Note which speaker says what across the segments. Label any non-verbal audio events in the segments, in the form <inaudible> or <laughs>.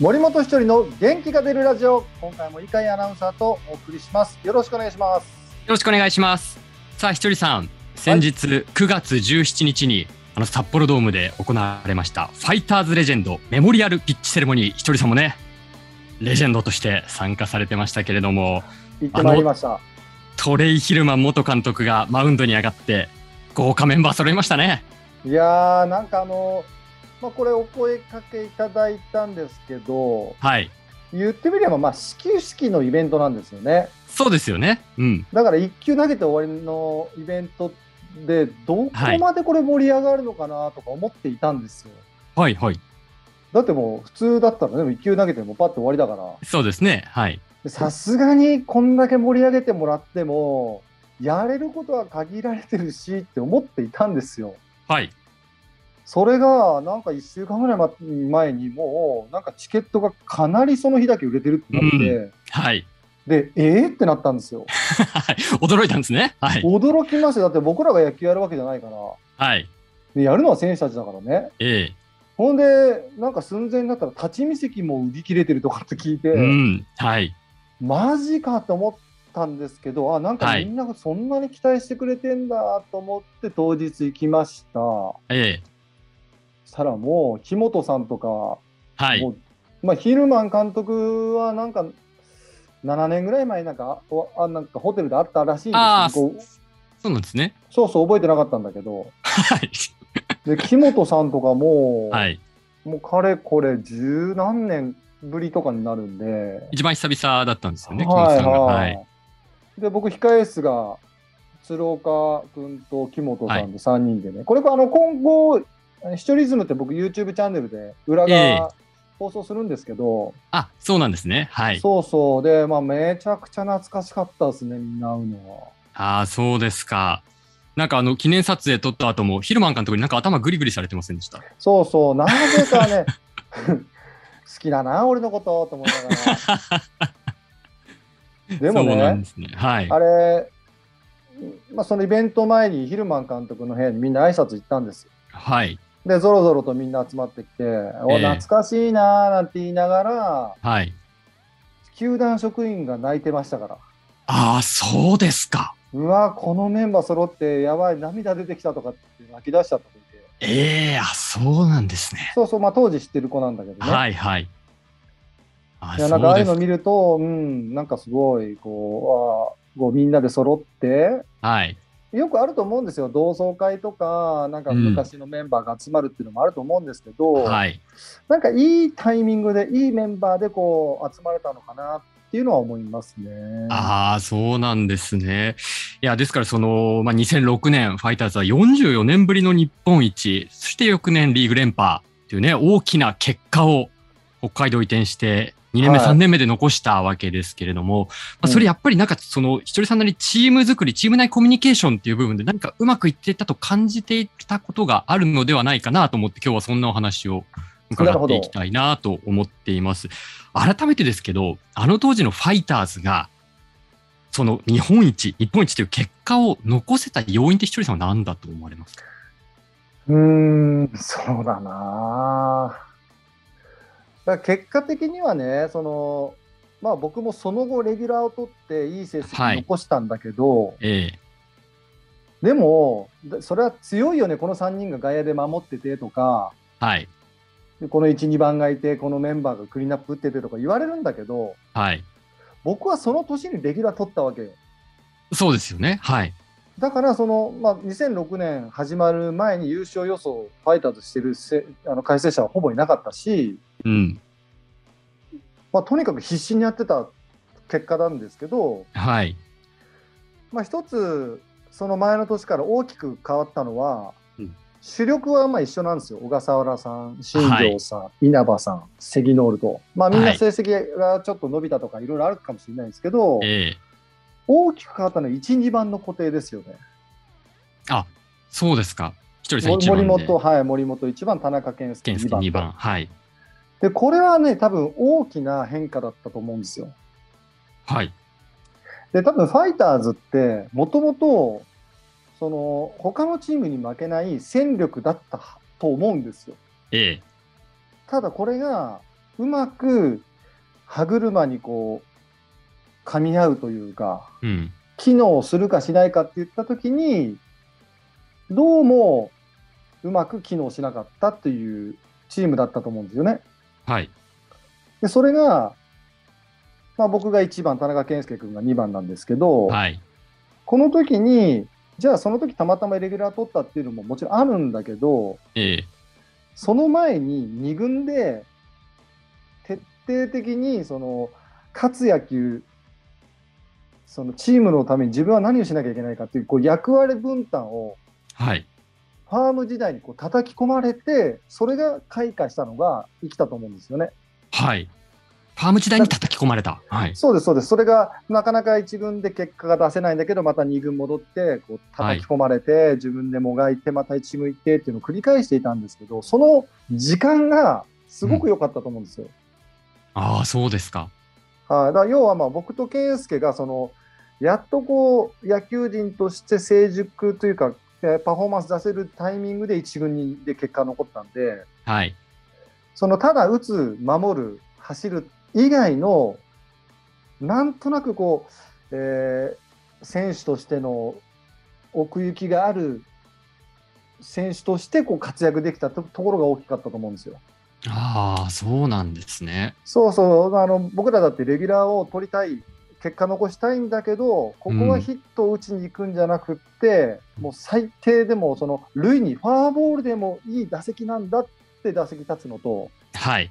Speaker 1: 森本一人の元気が出るラジオ今回も伊海アナウンサーとお送りしますよろしくお願いします
Speaker 2: よろしくお願いします。さあ、ひとりさん、先日9月17日に、あの札幌ドームで行われましたファイターズレジェンドメモリアルピッチセレモニー、ひとりさんもね、レジェンドとして参加されてましたけれども、
Speaker 1: 行ってまいりました
Speaker 2: トレイ・ヒルマン元監督がマウンドに上がって、豪華メンバー揃いましたね。
Speaker 1: いやーなんかあのまあこれお声かけいただいたんですけど
Speaker 2: はい。
Speaker 1: 言ってみればまあ始球式のイベントなんですよね
Speaker 2: そうですよね。うん。
Speaker 1: だから1球投げて終わりのイベントでどこまでこれ盛り上がるのかなとか思っていたんですよ、
Speaker 2: はいはい。
Speaker 1: だってもう普通だったらね1球投げてもパッと終わりだから
Speaker 2: そうですね。はい。
Speaker 1: さすがにこんだけ盛り上げてもらってもやれることは限られてるしって思っていたんですよ。
Speaker 2: はい。
Speaker 1: それがなんか1週間ぐらいま前にもうなんかチケットがかなりその日だけ売れてるってなって、
Speaker 2: はい。 <laughs>
Speaker 1: でえー、ってなったんですよ。
Speaker 2: はい驚いたんですね。はい。
Speaker 1: 驚きましただって僕らが野球やるわけじゃないから
Speaker 2: はい。
Speaker 1: でやるのは選手たちだからね
Speaker 2: え
Speaker 1: ほんでなんか寸前になったら立ち見席も売り切れてるとかって聞いて、
Speaker 2: えうん。はい。
Speaker 1: マジかと思ったんですけど、あなんか
Speaker 2: はい
Speaker 1: みんなそんなに期待してくれてんだと思って当日行きました。
Speaker 2: ええ
Speaker 1: したらもう木本さんとか、
Speaker 2: はい
Speaker 1: も。うまあヒルマン監督はなんか7年ぐらい前になんかおあなんかホテルであったらしいん
Speaker 2: ああ、
Speaker 1: ですけど
Speaker 2: そそうなんですね。
Speaker 1: そうそう覚えてなかったんだけど、
Speaker 2: はい。
Speaker 1: で木本さんとかも、
Speaker 2: <laughs> はい。
Speaker 1: もうかれこれ十何年ぶりとかになるんで。
Speaker 2: 一番久々だったんですよね、木
Speaker 1: は
Speaker 2: 本
Speaker 1: い
Speaker 2: さんが。は
Speaker 1: はい
Speaker 2: い。
Speaker 1: で僕控え室が鶴岡君と木本さんで3人でね、これあの今後視聴リズムって僕 YouTube チャンネルで裏
Speaker 2: ええ
Speaker 1: が放送するんですけど、
Speaker 2: あ、そうなんですね。はい。
Speaker 1: そうそうで、まあ、めちゃくちゃ懐かしかったですねみんな会うのは。
Speaker 2: ああ、そうですか。なんかあの記念撮影撮った後も、ヒルマン監督になんか頭グリグリされてませんでした。
Speaker 1: そうそうなぜか
Speaker 2: <laughs>
Speaker 1: ね好きだな俺のことと思いなが
Speaker 2: <laughs>
Speaker 1: ら。でも
Speaker 2: そうなん
Speaker 1: ね
Speaker 2: ですね。はい。
Speaker 1: あれ、まあ、そのイベント前にヒルマン監督の部屋にみんな挨拶行ったんですよ
Speaker 2: はい。
Speaker 1: で、ぞろぞろとみんな集まってきて、お
Speaker 2: ええ
Speaker 1: 懐かしいなーなんて言いながら、
Speaker 2: はい。
Speaker 1: 球団職員が泣いてましたから、
Speaker 2: ああ、そうですか。
Speaker 1: うわ、このメンバー揃って、やばい、涙出てきたとかって泣き出しちゃった子いて、
Speaker 2: ええあ、そうなんですね。
Speaker 1: そうそう、まあ、当時知ってる子なんだけどね、
Speaker 2: はいはい。あ
Speaker 1: いやなんかああいう
Speaker 2: そ
Speaker 1: の
Speaker 2: うで
Speaker 1: 見ると、うん、なんかすごいこうあーこう、みんなで揃って、
Speaker 2: す。はい。
Speaker 1: よくあると思うんですよ、同窓会とか、なんか昔のメンバーが集まるっていうのもあると思うんですけど、
Speaker 2: はい。
Speaker 1: なんかいいタイミングで、いいメンバーでこう集まれたのかなっていうのは思いますね。
Speaker 2: ああ、そうなんですね。いや、ですから、その、まあ、2006年、ファイターズは44年ぶりの日本一、そして翌年リーグ連覇というね、大きな結果を北海道移転して、2年目、
Speaker 1: はい
Speaker 2: 3年目で残したわけですけれども、まあ、それやっぱりなんか、その、ひとりさんなりチーム作り、チーム内コミュニケーションっていう部分で、何かうまくいっていたと感じていたことがあるのではないかなと思って、今日はそんなお話を伺っていきたいなと思っています。改めてですけど、あの当時のファイターズが、その日本一、日本一という結果を残せた要因ってひとりさんは何だと思われますか
Speaker 1: うーん、そうだなだから結果的にはね、そのまあ、僕もその後、レギュラーを取って、いい成
Speaker 2: は
Speaker 1: 績
Speaker 2: い
Speaker 1: 残したんだけど、
Speaker 2: ええ
Speaker 1: でも、だそれは強いよね、この3人が外野で守っててとか、
Speaker 2: はい、
Speaker 1: この1、2番がいて、このメンバーがクリーンアップ打っててとか言われるんだけど、
Speaker 2: はい。
Speaker 1: 僕はその年にレギュラー取ったわけよ。
Speaker 2: そうですよね。はい。
Speaker 1: だからその、まあ、2006年始まる前に優勝予想、ファイターズしてるせあの解説者はほぼいなかったし、
Speaker 2: うん。
Speaker 1: まあ、とにかく必死にやってた結果なんですけど、
Speaker 2: はい。
Speaker 1: まあ、一つ、その前の年から大きく変わったのは、
Speaker 2: うん
Speaker 1: 主力はまあ一緒なんですよ、小笠原さん、新庄さん、稲葉さん、関ノールと、まあ、みん
Speaker 2: は
Speaker 1: ない成績がちょっと伸びたとか、いろいろあるかもしれないんですけど、
Speaker 2: ええ
Speaker 1: 大きく変わったのは1、2番の固定ですよね。
Speaker 2: あ、そうですか。ひとりさん一番
Speaker 1: 森
Speaker 2: で。
Speaker 1: 本、はい、森本1番、田中健介
Speaker 2: 健
Speaker 1: 2
Speaker 2: 介
Speaker 1: 番。
Speaker 2: 二番。はい。
Speaker 1: でこれはね多分大きな変化だったと思うんですよ。
Speaker 2: はい。
Speaker 1: で多分ファイターズってもともとその他のチームに負けない戦力だったと思うんですよ。
Speaker 2: ええ
Speaker 1: ただこれがうまく歯車にこう噛み合うというか
Speaker 2: うん。
Speaker 1: 機能するかしないかって言った時にどうもうまく機能しなかったっていうチームだったと思うんですよね。
Speaker 2: はい。
Speaker 1: でそれが、まあ、僕が1番田中健介君が2番なんですけど、
Speaker 2: はい。
Speaker 1: この時にじゃあその時たまたまレギュラー取ったっていうのももちろんあるんだけど
Speaker 2: ええ
Speaker 1: その前に2軍で徹底的にその勝つ野球そのチームのために自分は何をしなきゃいけないかっていうこう役割分担を
Speaker 2: はい。
Speaker 1: ファーム時代にこう叩き込まれてそれが開花したのが生きたと思うんですよね。
Speaker 2: はい。ファーム時代に叩き込まれた。はい。
Speaker 1: そうです、そうです。それがなかなか1軍で結果が出せないんだけど、また2軍戻って、こう叩き込まれて、自分でもがいて、また1軍行ってっていうのを繰り返していたんですけど、その時間がすごく良かったと思うんですよ。
Speaker 2: ああ、そうですか。
Speaker 1: はい、だから要はまあ僕と健介がその、やっとこう野球人として成熟というか、えーパフォーマンス出せるタイミングで1軍にで結果残ったんで、
Speaker 2: はい。
Speaker 1: そのただ打つ、守る、走る以外の、なんとなくこう、えー選手としての奥行きがある選手としてこう活躍できたとところが大きかったと思うんですよ。
Speaker 2: ああ、そうなんですね。
Speaker 1: そうそうあの、僕らだってレギュラーを取りたい、結果残したいんだけど、ここはヒットを打ちに行くんじゃなくって、もう最低でも、その塁にファーボールでもいい打席なんだって打席立つのと。
Speaker 2: はい。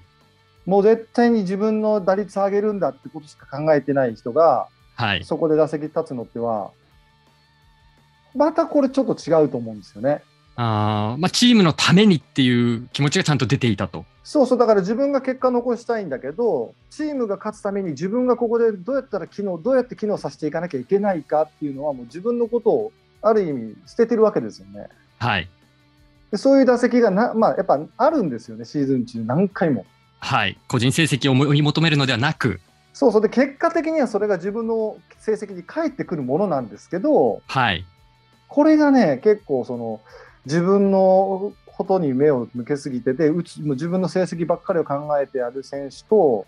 Speaker 1: もう絶対に自分の打率上げるんだってことしか考えてない人が、
Speaker 2: はい。
Speaker 1: そこで打席立つのっては、またこれちょっと違うと思うんですよね。
Speaker 2: ああ、まあ、チームのためにっていう気持ちがちゃんと出ていたと。
Speaker 1: そうそう、だから自分が結果残したいんだけど、チームが勝つために自分がここでどうやったら機能、どうやって機能させていかなきゃいけないかっていうのは、もう自分のことをある意味捨ててるわけですよね。
Speaker 2: はい。
Speaker 1: でそういう打席がな、まあ、やっぱあるんですよね、シーズン中何回も。
Speaker 2: はい。個人成績を追い求めるのではなく、
Speaker 1: そうそう、で結果的にはそれが自分の成績に返ってくるものなんですけど、
Speaker 2: はい。 <laughs>
Speaker 1: これがね、結構その自分のことに目を向けすぎてて、うちもう自分の成績ばっかりを考えてやる選手と、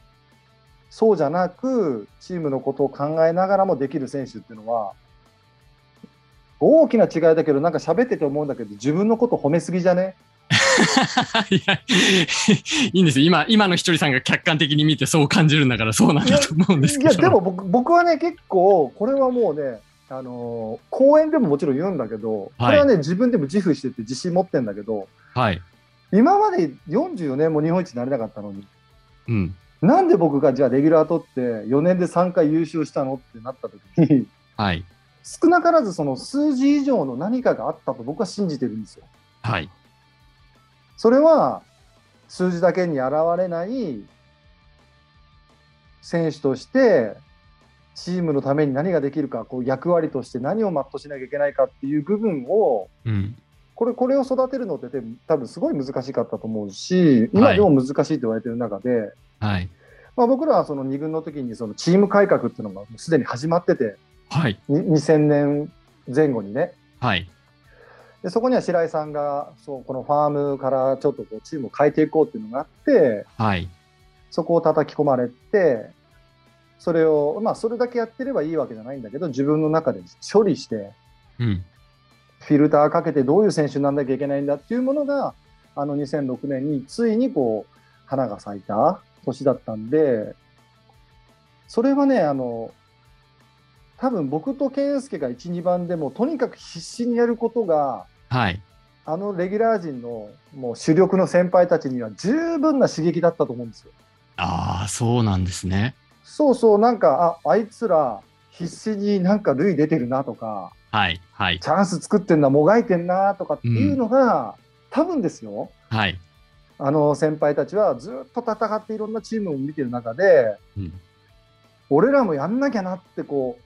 Speaker 1: そうじゃなく、チームのことを考えながらもできる選手っていうのは、大きな違いだけど、なんか喋ってて思うんだけど、自分のこと褒めすぎじゃね
Speaker 2: いや、いいんですよ。今、今のひとりさんが客観的に見てそう感じるんだからそうなんだと思うんです
Speaker 1: い
Speaker 2: けど。
Speaker 1: や、でも僕僕はね、結構、これはもうね、あのー講演でももちろん言うんだけど、これはね、自分でも自負してて自信持ってんだけど、
Speaker 2: はい。
Speaker 1: 今まで44年も日本一になれなかったのに、
Speaker 2: うん。
Speaker 1: なんで僕がじゃあレギュラー取って4年で3回優勝したのってなった時に
Speaker 2: はい。
Speaker 1: 少なからずその数字以上の何かがあったと僕は信じてるんですよ。
Speaker 2: はい。
Speaker 1: それは数字だけに現れない選手としてチームのために何ができるかこう役割として何を全うしなきゃいけないかっていう部分を
Speaker 2: うん。
Speaker 1: これこれを育てるのってでも多分すごい難しかったと思うし今でも難しいと言われてる中で、
Speaker 2: はい。
Speaker 1: まあ、僕らはその2軍の時にそのチーム改革っていうのがもうすでに始まってて、
Speaker 2: はい。
Speaker 1: に2000年前後にね、
Speaker 2: はい。
Speaker 1: でそこには白井さんがそうこのファームからちょっとこうチームを変えていこうっていうのがあって、
Speaker 2: はい。
Speaker 1: そこを叩き込まれて、それを、まあ、それだけやってればいいわけじゃないんだけど、自分の中で処理して、
Speaker 2: うん。
Speaker 1: フィルターかけてどういう選手にならなきゃいけないんだっていうものが、あの2006年についにこう、花が咲いた年だったんで、それはね、あの、多分僕と健介が1、2番でも、とにかく必死にやることが、
Speaker 2: はい。
Speaker 1: あのレギュラー陣のもう主力の先輩たちには十分な刺激だったと思うんですよ。
Speaker 2: ああ、そうなんですね。
Speaker 1: そうそう、なんか、あ、あいつら必死になんか塁出てるなとか、
Speaker 2: はい。はい。
Speaker 1: チャンス作ってんな、もがいてんなとかっていうのが、多分ですよ。
Speaker 2: はい。
Speaker 1: あの先輩たちはずっと戦っていろんなチームを見てる中で
Speaker 2: うん。
Speaker 1: 俺らもやんなきゃなってこ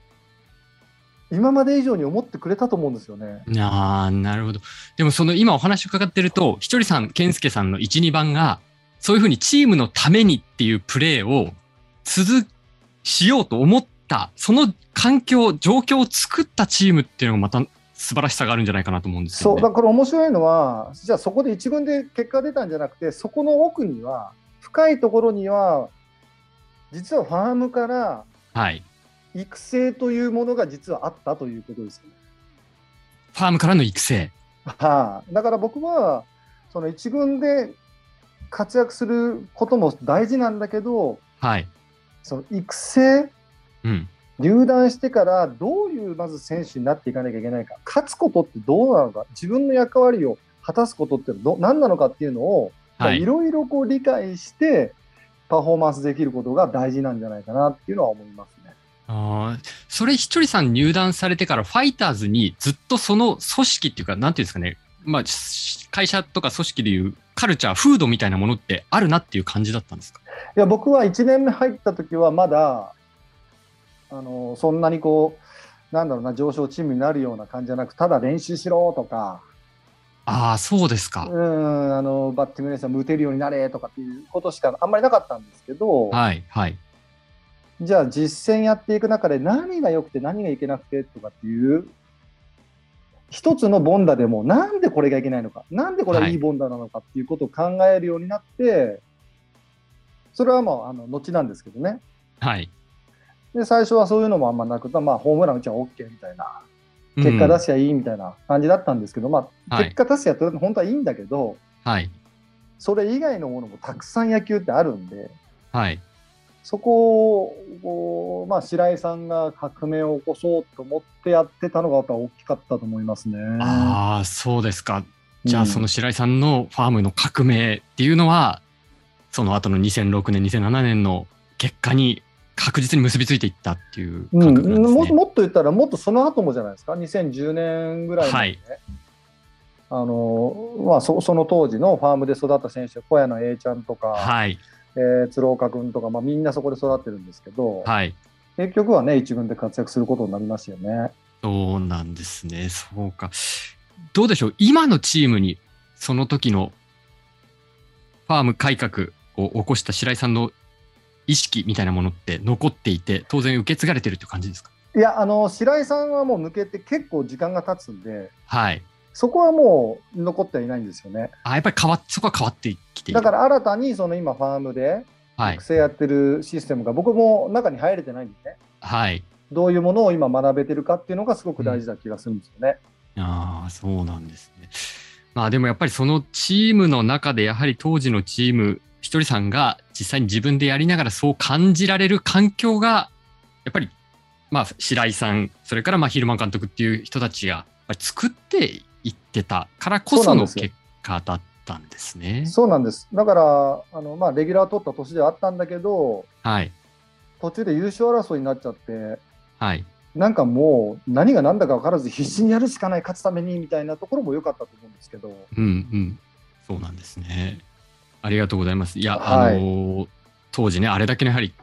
Speaker 1: う今まで以上に思ってくれたと思うんですよね。
Speaker 2: ああ、なるほど。でもその今お話伺ってると、ひとりさん、健介さんの1、2番が、そういうふうにチームのためにっていうプレーを続しようと思った、その環境、状況を作ったチームっていうのがまた素晴らしさがあるんじゃないかなと思うんです
Speaker 1: そ
Speaker 2: よ
Speaker 1: う
Speaker 2: ね。
Speaker 1: だから面白いのはじゃあそこで一軍で結果出たんじゃなくてそこの奥には深いところには実はファームから
Speaker 2: はい。
Speaker 1: 育成というものが実はあったということですよね。 <laughs>
Speaker 2: ファームからの育成。
Speaker 1: はい、だから僕はその一軍で活躍することも大事なんだけど
Speaker 2: はい。
Speaker 1: その育成
Speaker 2: うん。
Speaker 1: 入団してからどういうまず選手になっていかなきゃいけないか勝つことってどうなのか自分の役割を果たすことってど何なのかっていうのを
Speaker 2: はいい。
Speaker 1: ろいろこう理解してパフォーマンスできることが大事なんじゃないかなっていうのは思いますね。
Speaker 2: あーそれ、ひとりさん入団されてから、ファイターズにずっとその組織っていうか、なんていうんですかね、まあ、し会社とか組織でいうカルチャー、風土みたいなものってあるなっていう感じだったんですか
Speaker 1: いや僕は1年目入った時はまだあのそんなにこうなんだろうな上昇チームになるような感じじゃなくただ練習しろとか
Speaker 2: ああ、そうです
Speaker 1: う
Speaker 2: か。
Speaker 1: んあのバッティング練習も打てるようになれとかっていうことしかあんまりなかったんですけど、
Speaker 2: はい、はい。
Speaker 1: じゃあ実践やっていく中で何が良くて何がいけなくてとかっていう一つのボンダでもなんでこれがいけないのかなんでこれはい
Speaker 2: はい
Speaker 1: いボンダなのかっていうことを考えるようになってそれはもうあの後なんですけどね
Speaker 2: はい。
Speaker 1: で最初はそういうのもあんまなくて、まあ、ホームラン打ちゃ OK みたいな結果出
Speaker 2: す。
Speaker 1: しゃいいみたいな感じだったんですけど、まあ、
Speaker 2: はい
Speaker 1: 結果出しゃと本当はいいんだけど、
Speaker 2: はい。
Speaker 1: それ以外のものもたくさん野球ってあるんで。
Speaker 2: はい。
Speaker 1: そこをこう、まあ、白井さんが革命を起こそうと思ってやってたのがやっぱ大きかったと思いますね。
Speaker 2: ああ、そうですか。じゃ
Speaker 1: う
Speaker 2: あ、
Speaker 1: ん
Speaker 2: その白井さんのファームの革命っていうのは、その後の2006年、2007年の結果に確実に結びついていったっていう
Speaker 1: う
Speaker 2: 感
Speaker 1: ん
Speaker 2: 覚なんですね。
Speaker 1: ももっと言ったらもっとその後もじゃないですか2010年ぐらいまでね、あのまあ、そその当時のファームで育った選手小屋の A ちゃんとか、
Speaker 2: はい。
Speaker 1: えー鶴岡君とか、まあ、みんなそこで育ってるんですけど、
Speaker 2: はい。
Speaker 1: 結局はね一軍で活躍することになりますよね。
Speaker 2: そうなんですね。そうか。どうでしょう今のチームに、その時のファーム改革を起こした白井さんの意識みたいなものって残っていて、当然受け継がれてるって感じですか
Speaker 1: いやあの白井さんはもう抜けて結構時間が経つんで
Speaker 2: はい。
Speaker 1: そこはもう残ってはいないんですよね。
Speaker 2: あ、やっぱり変わっ、そこは変わってきている。
Speaker 1: だから新たにその今ファームで
Speaker 2: はい
Speaker 1: 育。成やってるシステムが僕も中に入れてないんでね
Speaker 2: はい。
Speaker 1: どういうものを今学べてるかっていうのがすごく大事な気がするんですよね。
Speaker 2: ああ、そうなんですね。まあでもやっぱりそのチームの中でやはり当時のチーム、ひとりさんが実際に自分でやりながらそう感じられる環境が、やっぱり、まあ白井さん、それからまあヒルマン監督っていう人たちがやっぱり作っていってたからこ
Speaker 1: そ
Speaker 2: そ
Speaker 1: な
Speaker 2: う
Speaker 1: ん
Speaker 2: の
Speaker 1: ですよ
Speaker 2: 結果だったんですね。
Speaker 1: そうなんですだからあの、まあ、レギュラー取った年ではあったんだけど
Speaker 2: はい。
Speaker 1: 途中で優勝争いになっちゃって
Speaker 2: はい。
Speaker 1: なんかもう何が何だか分からず必死にやるしかない勝つためにみたいなところも良かったと思うんですけど
Speaker 2: うんうん。そうなんですね。ありがとうございます。いや、
Speaker 1: はい
Speaker 2: あのー当時ね、あれだけのやはり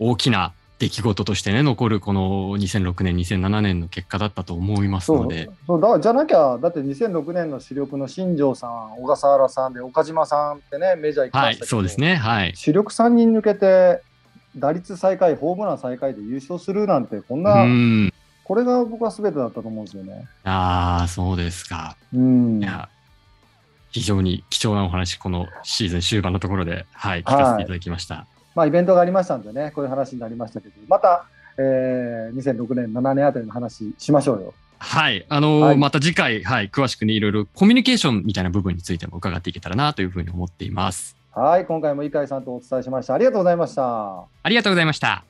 Speaker 2: 大きな出来事としてね、残るこの2006年、2007年の結果だったと思います
Speaker 1: そ
Speaker 2: の
Speaker 1: う
Speaker 2: で、
Speaker 1: そうだからじゃなきゃだって2006年の主力の新庄さん小笠原さんで岡島さんってねメジャー行き
Speaker 2: は
Speaker 1: ま
Speaker 2: い
Speaker 1: し、たけど、
Speaker 2: そうですね。はい。
Speaker 1: 主力3人抜けて、打率最下位、ホームラン最下位で優勝するなんて、こん
Speaker 2: う
Speaker 1: な、
Speaker 2: ん。
Speaker 1: これが僕は全てだったと思うんですよね。
Speaker 2: ああ、そうですか。
Speaker 1: うん、
Speaker 2: い
Speaker 1: は
Speaker 2: や、非常に貴重なお話、このシーズン終盤のところで、はい、聞かせていただきました。
Speaker 1: まあ、イベントがありましたんでね、こういう話になりましたけど、また、えー2006年、7年あたりの話しましょうよ。
Speaker 2: はい。あのー
Speaker 1: はい
Speaker 2: また次回、はい、詳しくね、いろいろコミュニケーションみたいな部分についても伺っていけたらなというふうに思っています。
Speaker 1: はい、今回も井海さんとお伝えしました。ありがとうございました。
Speaker 2: ありがとうございました。